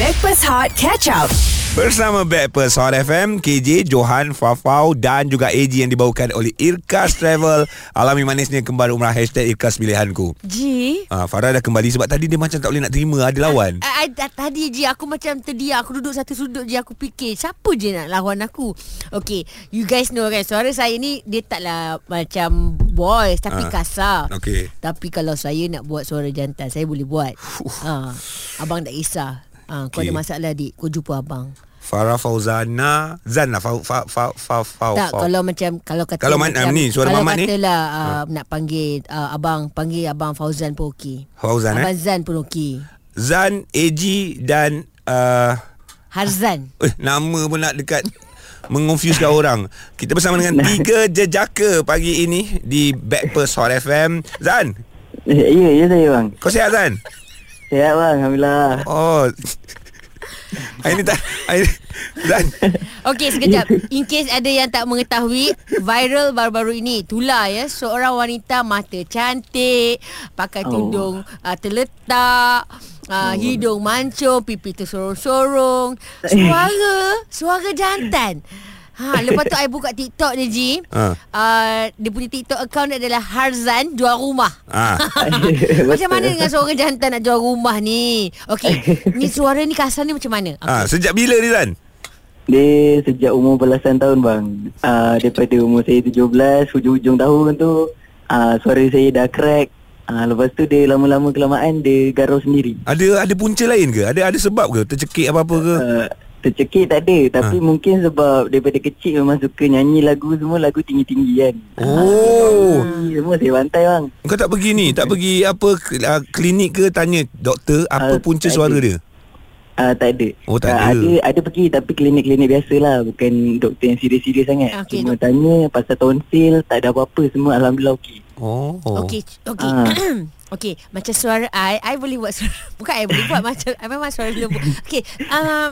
Backpass Hot Catch Up. Bersama Backpers Hot FM KJ, Johan, Fafau Dan juga AG yang dibawakan oleh Irkas Travel Alami manisnya kembar umrah Hashtag Irkas Pilihanku Ji Ah, Farah dah kembali Sebab tadi dia macam tak boleh nak terima Ada lawan I, I, Tadi Ji Aku macam terdiam Aku duduk satu sudut je Aku fikir Siapa je nak lawan aku Okay You guys know kan Suara saya ni Dia taklah Macam Voice Tapi Ah, kasar okey. Tapi kalau saya nak buat Suara jantan Saya boleh buat ha, Abang tak kisah ha, Kau ada Okey. masalah adik Kau jumpa abang Farah Fauzana Zan lah Fau, Fau, Fau, Fau, Fau. tak kalau macam kalau kata Oh, Kalau man- macam, ni, suara kalau mamat ni. Ah. katalah uh, nak panggil uh, abang panggil abang Fauzan pun okey. Fauzan abang eh Zan pun okey. Zan, AG dan uh, Harzan. eh, Nama pun nak dekat Mengonfusekan orang Kita bersama dengan Tiga jejaka pagi ini Di Backpers Hot FM Zan Eh, Ya, ya saya bang. Kau sihat Zan? Sihat bang, Alhamdulillah. Oh. Hari ni tak hari ni, Dan Okey sekejap In case ada yang tak mengetahui Viral baru-baru ini Tular ya Seorang wanita mata cantik Pakai tudung oh. uh, terletak uh, Hidung mancung Pipi tersorong-sorong Suara Suara jantan Ha, lepas tu I buka TikTok dia Ji Ha. uh, Dia punya TikTok account dia adalah Harzan jual rumah ah, Macam mana dengan seorang jantan nak jual rumah ni Okey Ni suara ni kasar ni macam mana ah, sejak bila ni Dan? Dia sejak umur belasan tahun bang. Uh, daripada umur saya 17, hujung-hujung tahun tu uh, suara saya dah crack. Uh, lepas tu dia lama-lama kelamaan dia garau sendiri. Ada ada punca lain ke? Ada ada sebab ke? Tercekik apa-apa ke? Uh, tercekik tak ada tapi ha. mungkin sebab daripada kecil memang suka nyanyi lagu semua lagu tinggi-tinggi kan. Oh. Tinggi Semua saya bantai bang. Kau tak pergi ni, tak pergi apa k- ah, klinik ke tanya doktor apa Ah, punca tak suara ada. dia? Uh, tak ada. Oh, tak Ah, ada. ada. Ada pergi tapi klinik-klinik biasa lah. Bukan doktor yang serius-serius sangat. Okey, Cuma tanya pasal tonsil, tak ada apa-apa. Semua Alhamdulillah okey. Oh. Okey, okey. Ah. okey, macam suara I, I boleh buat suara. Bukan I boleh buat macam I memang suara lembut. Okey, um,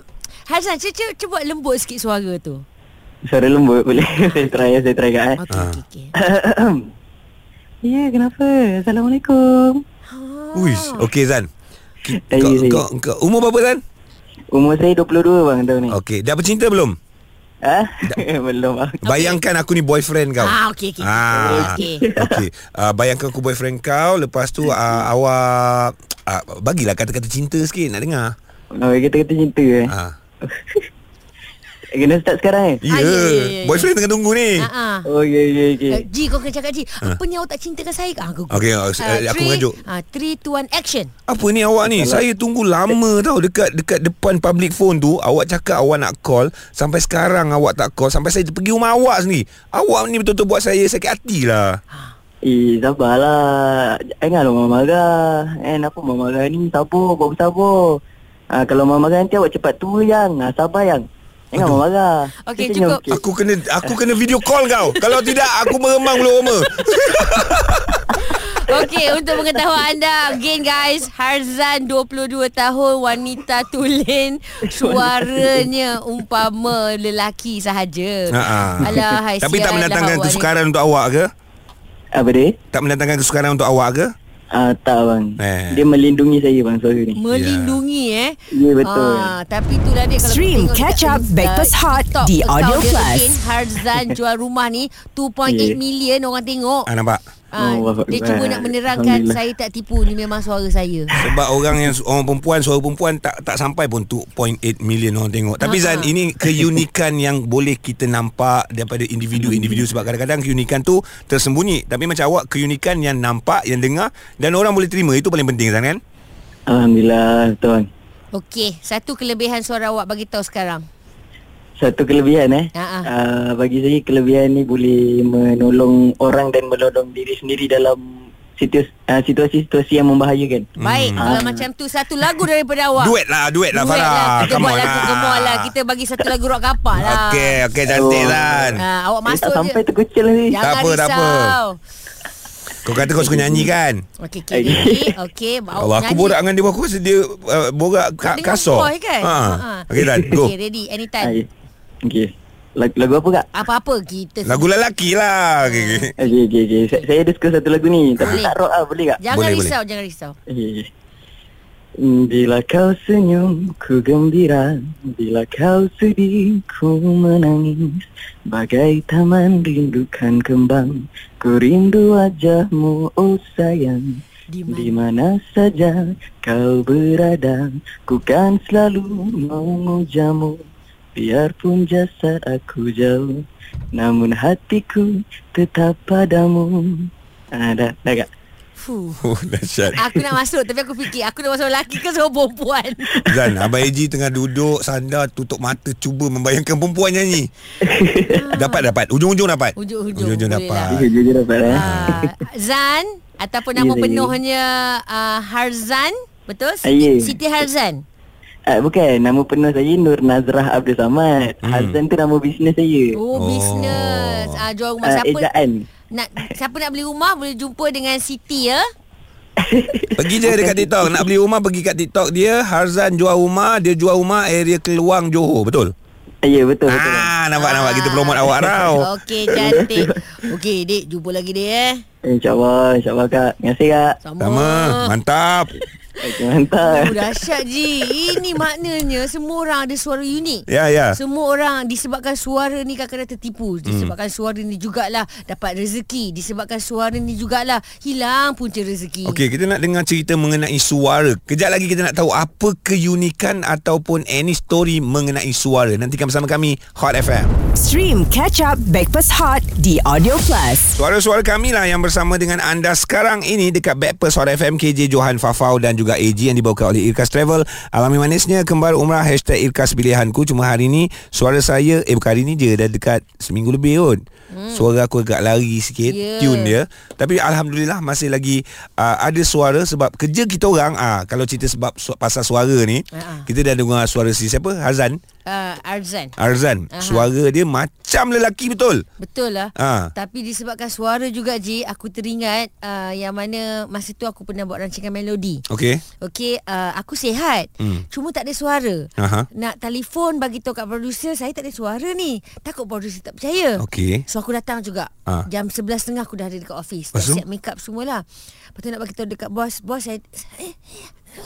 Hasan, cuba cuba cuba buat lembut sikit suara tu. Suara lembut boleh. saya try, saya try kat. Okey, Ah. okey, okey. Ya, yeah, kenapa? Assalamualaikum. Uish. Ah. Okey Zan. Ki- Saya, Kau, saya. kau, kau, umur berapa Zan? Umur saya 22 bang tahun ni. Okey, dah bercinta belum? Ah, Belum bang. Bayangkan aku ni boyfriend kau. Ah, okey, okey. Ah, Okey. okey. Okey. Uh, bayangkan aku boyfriend kau, lepas tu uh, awak uh, bagilah kata-kata cinta sikit nak dengar. Oh, kata-kata cinta eh. Ah. Kena start sekarang eh? Ah, Ya, ya, ya, ya, ya. boyfriend tengah tunggu ni. Ha ah. Oh, ya, ya, ya. Uh, Ji kau kena cakap Ji Apa ni awak tak cintakan saya ah, aku, Okey, ah, s- eh, Ah. aku mengajuk. uh, 3, 2, 1, action Apa ni awak ni? Saya tunggu lama tau dekat dekat depan public phone tu. Awak cakap awak nak call, sampai sekarang awak tak call, sampai saya pergi rumah awak sendiri. Awak ni betul-betul buat saya sakit hati lah. Eh, sabarlah. Janganlah mama marah. Kan, apa mama marah ni? Sabar, buat bersabar. Ha, kalau mama marah nanti awak cepat tua, yang. Ha, sabar, yang. Jangan mama marah. Okey, Kita senyum cukup. sikit. Aku kena aku kena video call kau. Kalau tidak aku meremang bulu roma. Okey, untuk pengetahuan anda, again guys, Harzan 22 tahun, wanita tulen, suaranya umpama lelaki sahaja. Ha, ha. Alah, hai Tapi tak sialah mendatangkan awak ni. kesukaran untuk awak ke? Ah, Apa dia? Tak mendatangkan kesukaran untuk awak ke? Ah, tak, bang. Eh. Dia melindungi saya, bang, suara ni. Melindungi eh. Ah, Ya, betul. tapi itulah dia kalau Stream kita tengok Catch dekat Up Breakfast Insta, Hot TikTok di account Audio dia Plus. again, Harzan jual rumah ni 2.8 Yeah. million orang tengok. Ah nampak. Ah, Allah dia cuba Akbar. nak menerangkan Alhamdulillah. saya tak tipu ni memang suara saya. Sebab orang yang orang perempuan suara perempuan tak tak sampai pun 2.8 million orang tengok. Tapi Ha, ha. Zan ini keunikan yang boleh kita nampak daripada individu-individu Hmm. sebab kadang-kadang keunikan tu tersembunyi. Tapi macam awak keunikan yang nampak, yang dengar dan orang boleh terima itu paling penting Zan kan? Alhamdulillah, betul, bang. Okey, satu kelebihan suara awak bagi tahu sekarang. Satu kelebihan eh. Ha, ha. Ah, bagi saya kelebihan ni boleh menolong orang dan menolong diri sendiri dalam situasi- ah, situasi-situasi yang membahayakan. Baik, hmm. kalau macam tu satu lagu daripada awak. Duet lah, duet lah Farah. Kita Come buat on lagu gemar lah. Kita bagi satu lagu rock kapak lah. Okey, okey cantik Zan. Ha, awak Saya masuk Eh, Ya. tak sampai je. terkucil ni. Jangan Tak apa, risau. tak apa. Kau kata kau suka nyanyi kan? Okey, okey. okey. Okey, awak Allah, aku nyanyi. borak dengan dia Aku rasa dia uh, borak Kau ka- dengar kasar voice kan? ha. Ha. Okay Zan go Okey, ready. Anytime. Okey. Ah, ya. Okey. Lagu, lagu apa kak? Apa-apa kita. Lagu lelaki lah okay, okay. Okey, okey, okey. Saya, saya ada suka satu lagu ni. Tapi Boleh. tak rock lah, boleh kak? Jangan Boleh, risau, jangan risau. Okey, okey. Bila kau senyum, ku gembira Bila kau sedih, ku menangis Bagai taman rindukan kembang Ku rindu wajahmu, oh sayang Di mana? Di mana saja kau berada Ku kan selalu memujamu Biarpun jasad aku jauh Namun hatiku tetap padamu Ah, dah, dah kak? Fuh. Oh, dahsyat. Aku nak masuk tapi aku fikir aku nak masuk lelaki ke seorang perempuan. Zan, Abang Eji tengah duduk sandar tutup mata cuba membayangkan perempuan nyanyi. dapat dapat. Ujung-ujung dapat. Ujung-ujung, Ujung-ujung boleh lah. dapat. Jujur, jujur dapat eh Ah, Zan ataupun nama Ya, saya. penuhnya uh, Harzan, betul? Ah, ya. Siti, Siti Harzan. Ah, bukan, nama penuh saya Nur Nazrah Abdul Samad. Hmm. Hmm. Hazan tu nama bisnes saya. Oh, Oh. bisnes. Ah, jual rumah Ah, siapa? ejaan. Nak siapa nak beli rumah boleh jumpa dengan Siti ya. Pergi je dekat TikTok. Nak beli rumah pergi kat TikTok dia. Harzan jual rumah. Dia jual rumah area Keluang, Johor. Betul? Ah, ya, betul, betul. Ah. Ah, nampak-nampak kita promote awak tau. Ah. Okey, cantik. Okey, Dek, jumpa lagi dia eh. InsyaAllah, insyaAllah Kak. Terima kasih Kak. Sama. Sama. Mantap. Okay, mantap. Oh, dahsyat Ji. Ini maknanya semua orang ada suara unik. Ya, ya. Semua orang disebabkan suara ni kadang-kadang tertipu. Hmm. Disebabkan suara ni jugalah dapat rezeki. Disebabkan suara ni jugalah hilang punca rezeki. Okey, kita nak dengar cerita mengenai suara. Kejap lagi kita nak tahu apa keunikan ataupun any story mengenai suara. Nantikan bersama kami Hot FM. Stream Catch Up Backpass Hot di Audio Plus. Suara-suara kami lah yang bersama dengan anda sekarang ini dekat Backpast Suara FM KJ Johan Fafau dan juga AG yang dibawakan oleh Irkas Travel. Alami manisnya kembar umrah hashtag Irkas Pilihanku. Cuma hari ni suara saya, eh bukan hari ni je dah dekat seminggu lebih kot. Hmm. Suara aku agak lari sikit, Ya. yeah. tune dia. Tapi Alhamdulillah masih lagi uh, ada suara sebab kerja kita orang, uh, kalau cerita sebab su- pasal suara ni, Ha-ha. kita dah dengar suara si siapa? Hazan, Uh, Arzan. Arzan. Aha. Suara dia macam lelaki betul. Betul lah. Ah. Tapi disebabkan suara juga Ji, aku teringat uh, yang mana masa tu aku pernah buat rancangan melodi. Okey. Okey, uh, aku sihat. Hmm. Cuma tak ada suara. Aha. Nak telefon bagi tahu kat producer, saya tak ada suara ni. Takut producer tak percaya. Okey. So aku datang juga. Ha. Ah. Jam 11.30 aku dah ada dekat office. Dah Lepas tu? siap make up semualah. Lepas tu nak bagi tahu dekat bos, bos saya eh,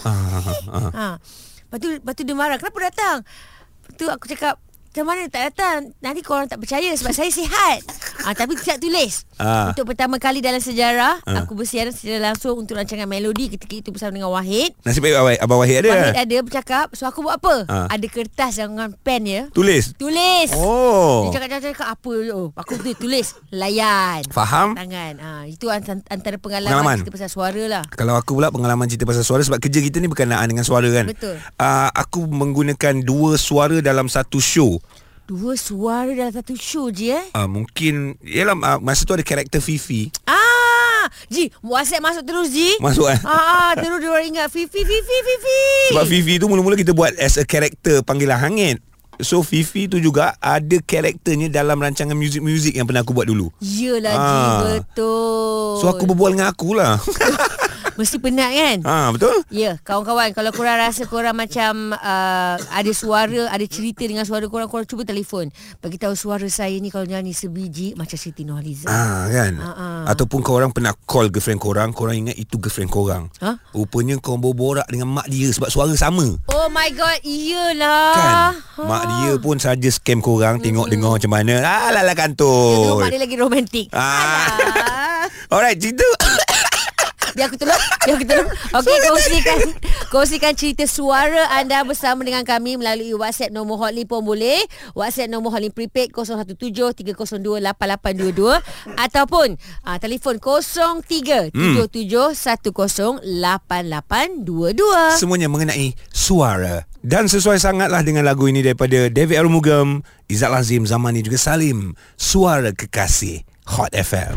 Ah, ah, ah. ha. Lepas tu, lepas tu dia marah, kenapa datang? Lepas tu aku cakap macam mana tak datang Nanti korang tak percaya Sebab saya sihat ah, Tapi tidak tulis Ah. Untuk pertama kali dalam sejarah Ah. Aku bersiaran secara langsung Untuk rancangan melodi Ketika itu bersama dengan Wahid Nasib baik Abang, Abang Wahid ada. Wahid ada bercakap So aku buat apa? Ah. Ada kertas dengan pen ya Tulis. Tulis Oh. Dia cakap-cakap apa oh, Aku tu tulis Layan Faham? Tangan ha, Itu ant- antara pengalaman, Pengalaman. pengalaman Kita pasal suara lah Kalau aku pula pengalaman cerita pasal suara sebab kerja kita ni berkenaan dengan suara kan. Betul. Uh, aku menggunakan dua suara dalam satu show. Dua suara dalam satu show je eh Uh, mungkin yalah uh, masa tu ada karakter Fifi Ah, Ji, WhatsApp masuk terus Ji. masuk kan. ah, ah, terus dia orang ingat Fifi Fifi Fifi. Sebab Fifi tu mula-mula kita buat as a karakter panggilan hangit. So Fifi tu juga ada karakternya dalam rancangan music-music yang pernah aku buat dulu. Yelah Ah. Ji, betul. So aku berbual dengan akulah. mesti penat kan? ha betul? Ya, kawan-kawan kalau korang rasa korang macam uh, ada suara, ada cerita dengan suara korang, korang cuba telefon. Bagi tahu suara saya ni kalau nyanyi sebiji macam Siti Nurhaliza. Ah kan Ah, ah. Ataupun korang pernah call girlfriend korang Korang ingat itu girlfriend korang Ha? Rupanya korang berborak dengan mak dia Sebab suara sama Oh my god, iyalah. Kan Mak ah. dia pun saja scam korang Tengok dengar macam mana Alah Hmm. lah Tengok kantoi mak dia lagi romantik. Ah. Alah. Alright cerita Biar aku tolong Biar aku tolong Okey kongsikan Kongsikan cerita suara anda bersama dengan kami Melalui WhatsApp nombor Hotline pun boleh WhatsApp nombor Hotline prepaid 017-302-8822 Ataupun uh, telefon 03-77-10-8822 Semuanya mengenai suara Dan sesuai sangatlah dengan lagu ini Daripada David Arumugam Izzat Lazim Zamani juga Salim Suara Kekasih Hot FM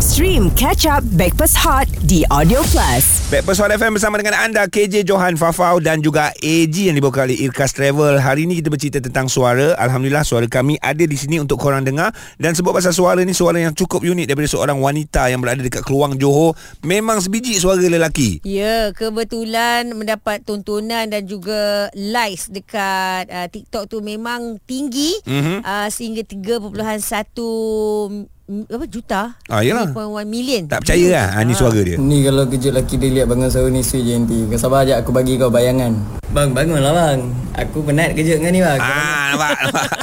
Stream Catch Up Backpass Hot di Audio Plus. Backpast Hot FM bersama dengan anda KJ Johan Fafau dan juga AG yang dibawa oleh Irkas Travel. Hari ini kita bercerita tentang suara. Alhamdulillah suara kami ada di sini untuk korang dengar dan sebut pasal suara ni suara yang cukup unik daripada seorang wanita yang berada dekat Keluang Johor. Memang sebiji suara lelaki. Ya, kebetulan mendapat tontonan dan juga likes dekat uh, TikTok tu memang tinggi. Mhm. uh, sehingga 3.1 mm, apa juta. Ah, yelah. 3.1 million. Tak percaya lah ha, Ni suara dia Ni kalau kejut lelaki dia lihat bangun sahur ni sweet je nanti Kau sabar je aku bagi kau bayangan Bang bangunlah bang Aku penat kejut dengan ni bang Ah, nampak, nampak.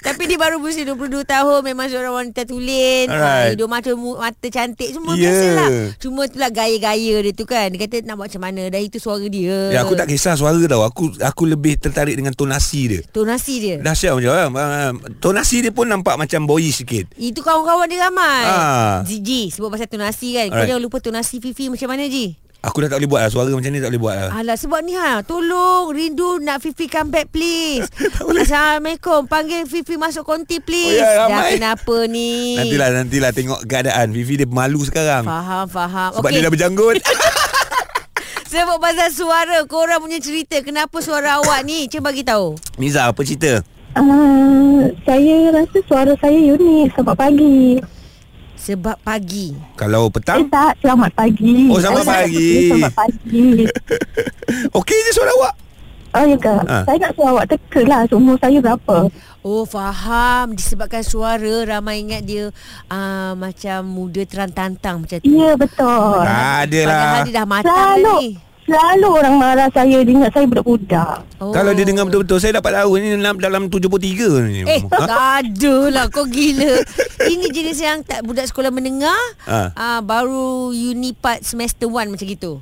Tapi dia baru berusia 22 tahun Memang seorang wanita tulen Alright. Ya. Alright. Hidung mata mu- mata cantik Semua Yeah. yeah. biasalah Cuma itulah gaya-gaya dia tu kan Dia kata nak buat macam mana Dah itu suara dia Ya, aku tak kisah suara tau Aku aku lebih tertarik dengan tonasi dia Tonasi dia Dahsyat macam um, um, Tonasi dia pun nampak macam boyi sikit Itu kawan-kawan dia ramai Ah. Ji Ji Sebab pasal tonasi kan Kau Alright. jangan lupa tonasi Fifi macam mana Ji Aku dah tak boleh buat lah Suara macam ni tak boleh buat lah Alah sebab ni ha Tolong Rindu nak Fifi come back please Assalamualaikum Panggil Fifi masuk konti please Oh, ya, Dah ramai. kenapa ni Nantilah nantilah tengok keadaan Vivi dia malu sekarang Eh. Faham faham Sebab Okey. dia dah berjanggut Sebab pasal suara Korang punya cerita Kenapa suara awak ni Cik bagi tahu Miza apa cerita? Ah, saya rasa suara saya unik sebab pagi. Sebab pagi Kalau Eh petang tak, selamat pagi. Oh, selamat Saya nak pagi. cakap Selamat pagi. Okey je suara awak Oh ya ke? Ah. Saya nak suruh awak teka lah umur saya berapa. Oh faham Disebabkan suara Ramai ingat dia uh, Macam muda terantang-tantang Macam tu Ya, betul. Ah, ada lah. Padahal dia dah matang dah ni Selalu, selalu orang marah saya. Dia ingat saya budak-budak. oh. Kalau dia dengar betul-betul Saya dapat tahu Ni dalam, dalam 73 ni Eh, Ha? tak ada lah. Kau gila. Ini jenis yang tak budak sekolah menengah, Ah. ah. baru unipat semester 1 macam gitu.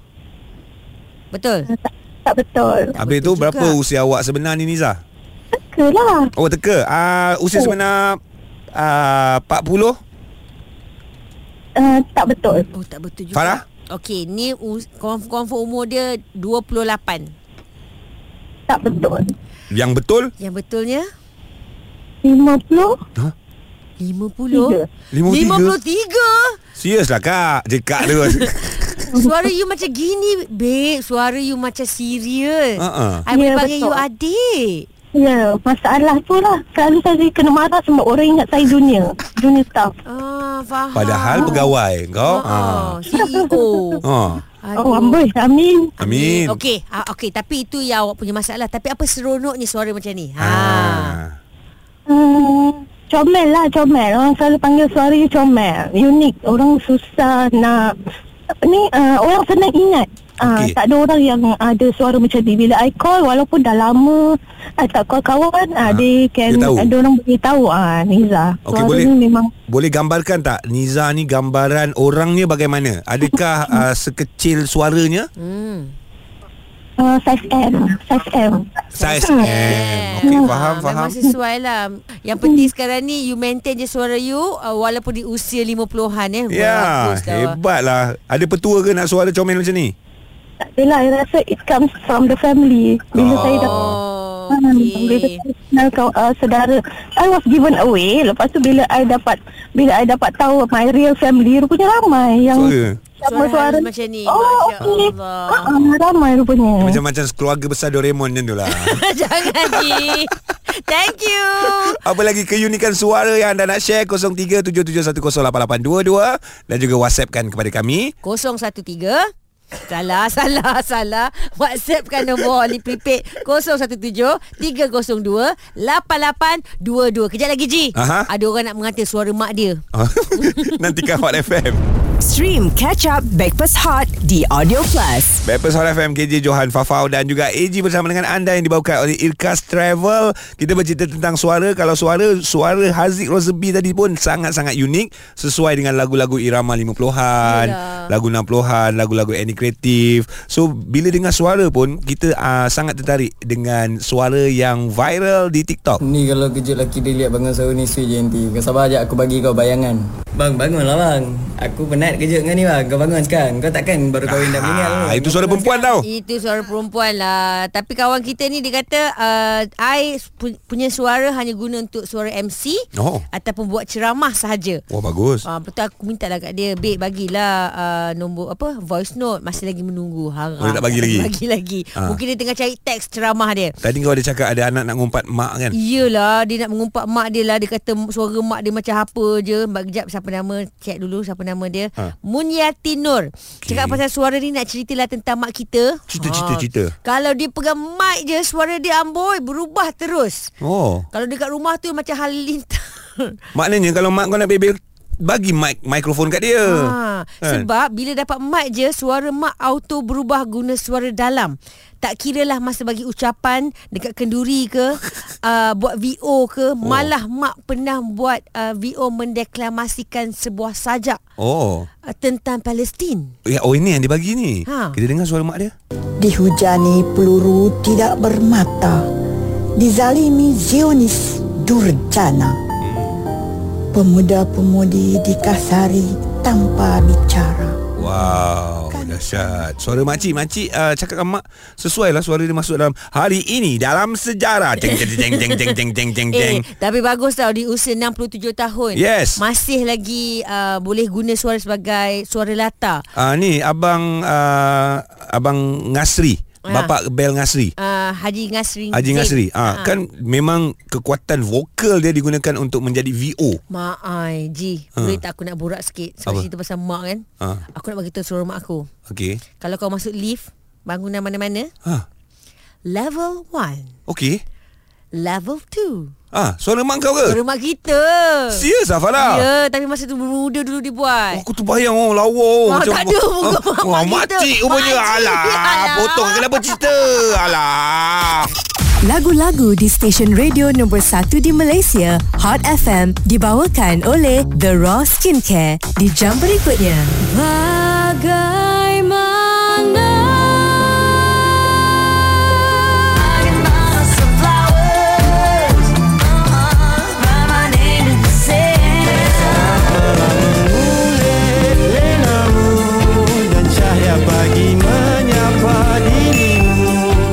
Betul? Hmm, Tak, tak betul. Habis tu betul berapa juga. usia awak sebenar ni Niza? Teka lah. Oh teka uh, Usia Oh. sebenar uh, 40 Ah, tak betul. Oh, tak betul juga. Farah? Okey, ni us- confirm, confirm umur dia 28. Tak betul. Yang betul Yang betulnya 50? 50. 53 53. Serius lah kak Jekak terus Suara you macam gini, babe. Suara you macam serius. Ha-ha. I boleh Ya, panggil betul. you adik. Ya, masalah tu lah. Selalu saya kena marah sebab orang ingat saya junior. Junior staff. Ah, faham. Padahal pegawai kau Oh, uh. CEO. Uh. Oh, amboi. Amin. Amin Okey, ah, okey tapi itu yang awak punya masalah. Tapi apa seronoknya suara macam ni? Ha. Ah. Hmm, comel lah comel orang selalu panggil suara dia comel unik orang susah nak apa ni uh, orang senang ingat Ah, Okey. tak ada orang yang ada suara macam ni bila I call walaupun dah lama I tak call kawan uh, they Ah, can dia tahu. ada orang beritahu ah Niza Okey, suara boleh. ni memang Boleh gambarkan tak Niza ni gambaran orangnya bagaimana? Adakah uh, sekecil suaranya? Hmm. uh, size M size M Saiz M. Eh, Okey, faham, Ah, faham. Memang sesuai lah. Yang penting sekarang ni you maintain je suara you uh, walaupun di usia 50-an eh. Ya, Bagus tau. hebatlah. Ada petua ke nak suara comel macam ni? tak adalah I rasa it comes from the family bila Oh. saya dah Oh, Hmm, Bila okey. saya kenal kau, uh, saudara I was given away Lepas tu bila I dapat Bila I dapat tahu My real family Rupanya ramai Yang Suara. sama Suara halus macam ni, Oh Masya okey Allah. uh, Ramai rupanya Macam-macam keluarga besar Doraemon macam tu lah. Jangan Ji. Thank you. Apa lagi keunikan suara yang anda nak share 0377108822 dan juga WhatsAppkan kepada kami. 013 Salah, salah, salah WhatsAppkan nombor Oli Prepaid 017-302-8822 Kejap lagi Ji Aha. Ada orang nak mengantar suara mak dia Nantikan Hot FM. Stream Catch Up Backpass Hot di Audio Plus. Backpers Hot FM KJ Johan Fafau dan juga AG bersama dengan anda yang dibawakan oleh Irkas Travel. Kita bercerita tentang suara. Kalau suara suara Haziq Rosebi tadi pun sangat-sangat unik sesuai dengan lagu-lagu irama 50-an, Yalah. lagu 60-an, lagu-lagu any kreatif. So bila dengar suara pun kita uh, sangat tertarik dengan suara yang viral di TikTok. Ni kalau kejut lelaki dia lihat bangun sahur ni sweet je nanti Kau sabar je aku bagi kau bayangan Bang bangunlah bang Aku penat kejut dengan ni bang Kau bangun sekarang Kau takkan baru kahwin Hmm. dah meninggal Ah, bang. itu Kau suara bangun perempuan tau. Itu suara perempuan lah Tapi kawan kita ni dia kata uh, I pu- punya suara hanya guna untuk suara MC Oh. Ataupun buat ceramah sahaja Wah bagus. Ah, betul aku minta lah kat dia Babe bagilah uh, Nombor apa Voice note Masih lagi menunggu Harap Oh, dia tak bagi lagi? Bagi lagi Ah. Mungkin dia tengah cari teks ceramah dia Tadi kau ada cakap ada anak nak ngumpat mak kan? Iyalah Dia nak mengumpat mak dia lah Dia kata suara mak dia macam apa je Mbak kejap siapa nama Check dulu siapa nama dia ha. Ha. Munyati Nur okay. Cakap pasal suara ni Nak ceritalah tentang mak kita Ha. Cerita, cerita, cerita. Kalau dia pegang mic je Suara dia amboi Berubah terus Oh. Kalau dekat rumah tu Macam halilintar Maknanya kalau mak kau nak bebel bagi mic mikrofon kat dia. Ha, Kan? sebab bila dapat mat je suara mak auto berubah guna suara dalam. Tak kira lah masa bagi ucapan dekat kenduri ke, uh, buat VO ke, oh. malah mak pernah buat uh, VO mendeklamasikan sebuah sajak Oh. uh, tentang Palestin. Ya, oh ini yang dia bagi ni. Ha. Kita dengar suara mak dia. dihujani peluru tidak bermata, dizalimi Zionis durjana. Pemuda-pemudi dikasari tanpa bicara. Wow, Kan? dahsyat. Suara makcik, makcik uh, cakap dengan mak sesuai lah suara dia masuk dalam hari ini dalam sejarah. Jeng jeng jeng jeng jeng jeng jeng jeng jeng. Eh, tapi bagus tau di usia 67 tahun. Yes. Masih lagi uh, boleh guna suara sebagai suara latar. Ah ni abang uh, abang Ngasri, Ah. bapa Bel Ngasri. Uh, Haji Ngasri. Haji Ngasri. Ha. Ah, kan memang kekuatan vokal dia digunakan untuk menjadi VO. Mak ai, Ji. Ha. Boleh tak aku nak borak sikit? Apa? Sebab cerita pasal mak kan? Ha. Aku nak bagi tahu suruh mak aku. Okey. Kalau kau masuk lift, bangunan mana-mana, Ha. level 1, Okey. level 2. Ah, suara mak kau ke? Suara mak kita. Serius ah Farah? Ya, tapi masa tu muda dulu Oh, dibuat. aku terbayang oh lawa oh, Wah, Ah, Ah, tak ada muka mak Wah, kita. makcik rupanya Makcik. Alah, Alah. Potong kenapa cerita Alah Lagu-lagu di stesen radio nombor 1 di Malaysia, Hot FM, dibawakan oleh The Raw Skincare di jam berikutnya. Bagaimana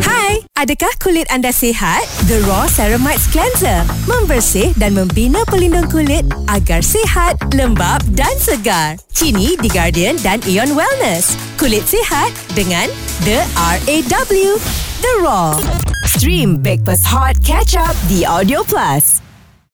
Hai, adakah kulit anda sihat? The Raw Ceramides Cleanser membersih dan membina pelindung kulit agar sihat, lembap dan segar. Kini di Guardian dan Ion Wellness. Kulit sihat dengan The RAW. The Raw. Stream Breakfast Hot Catch Up di Audio Plus.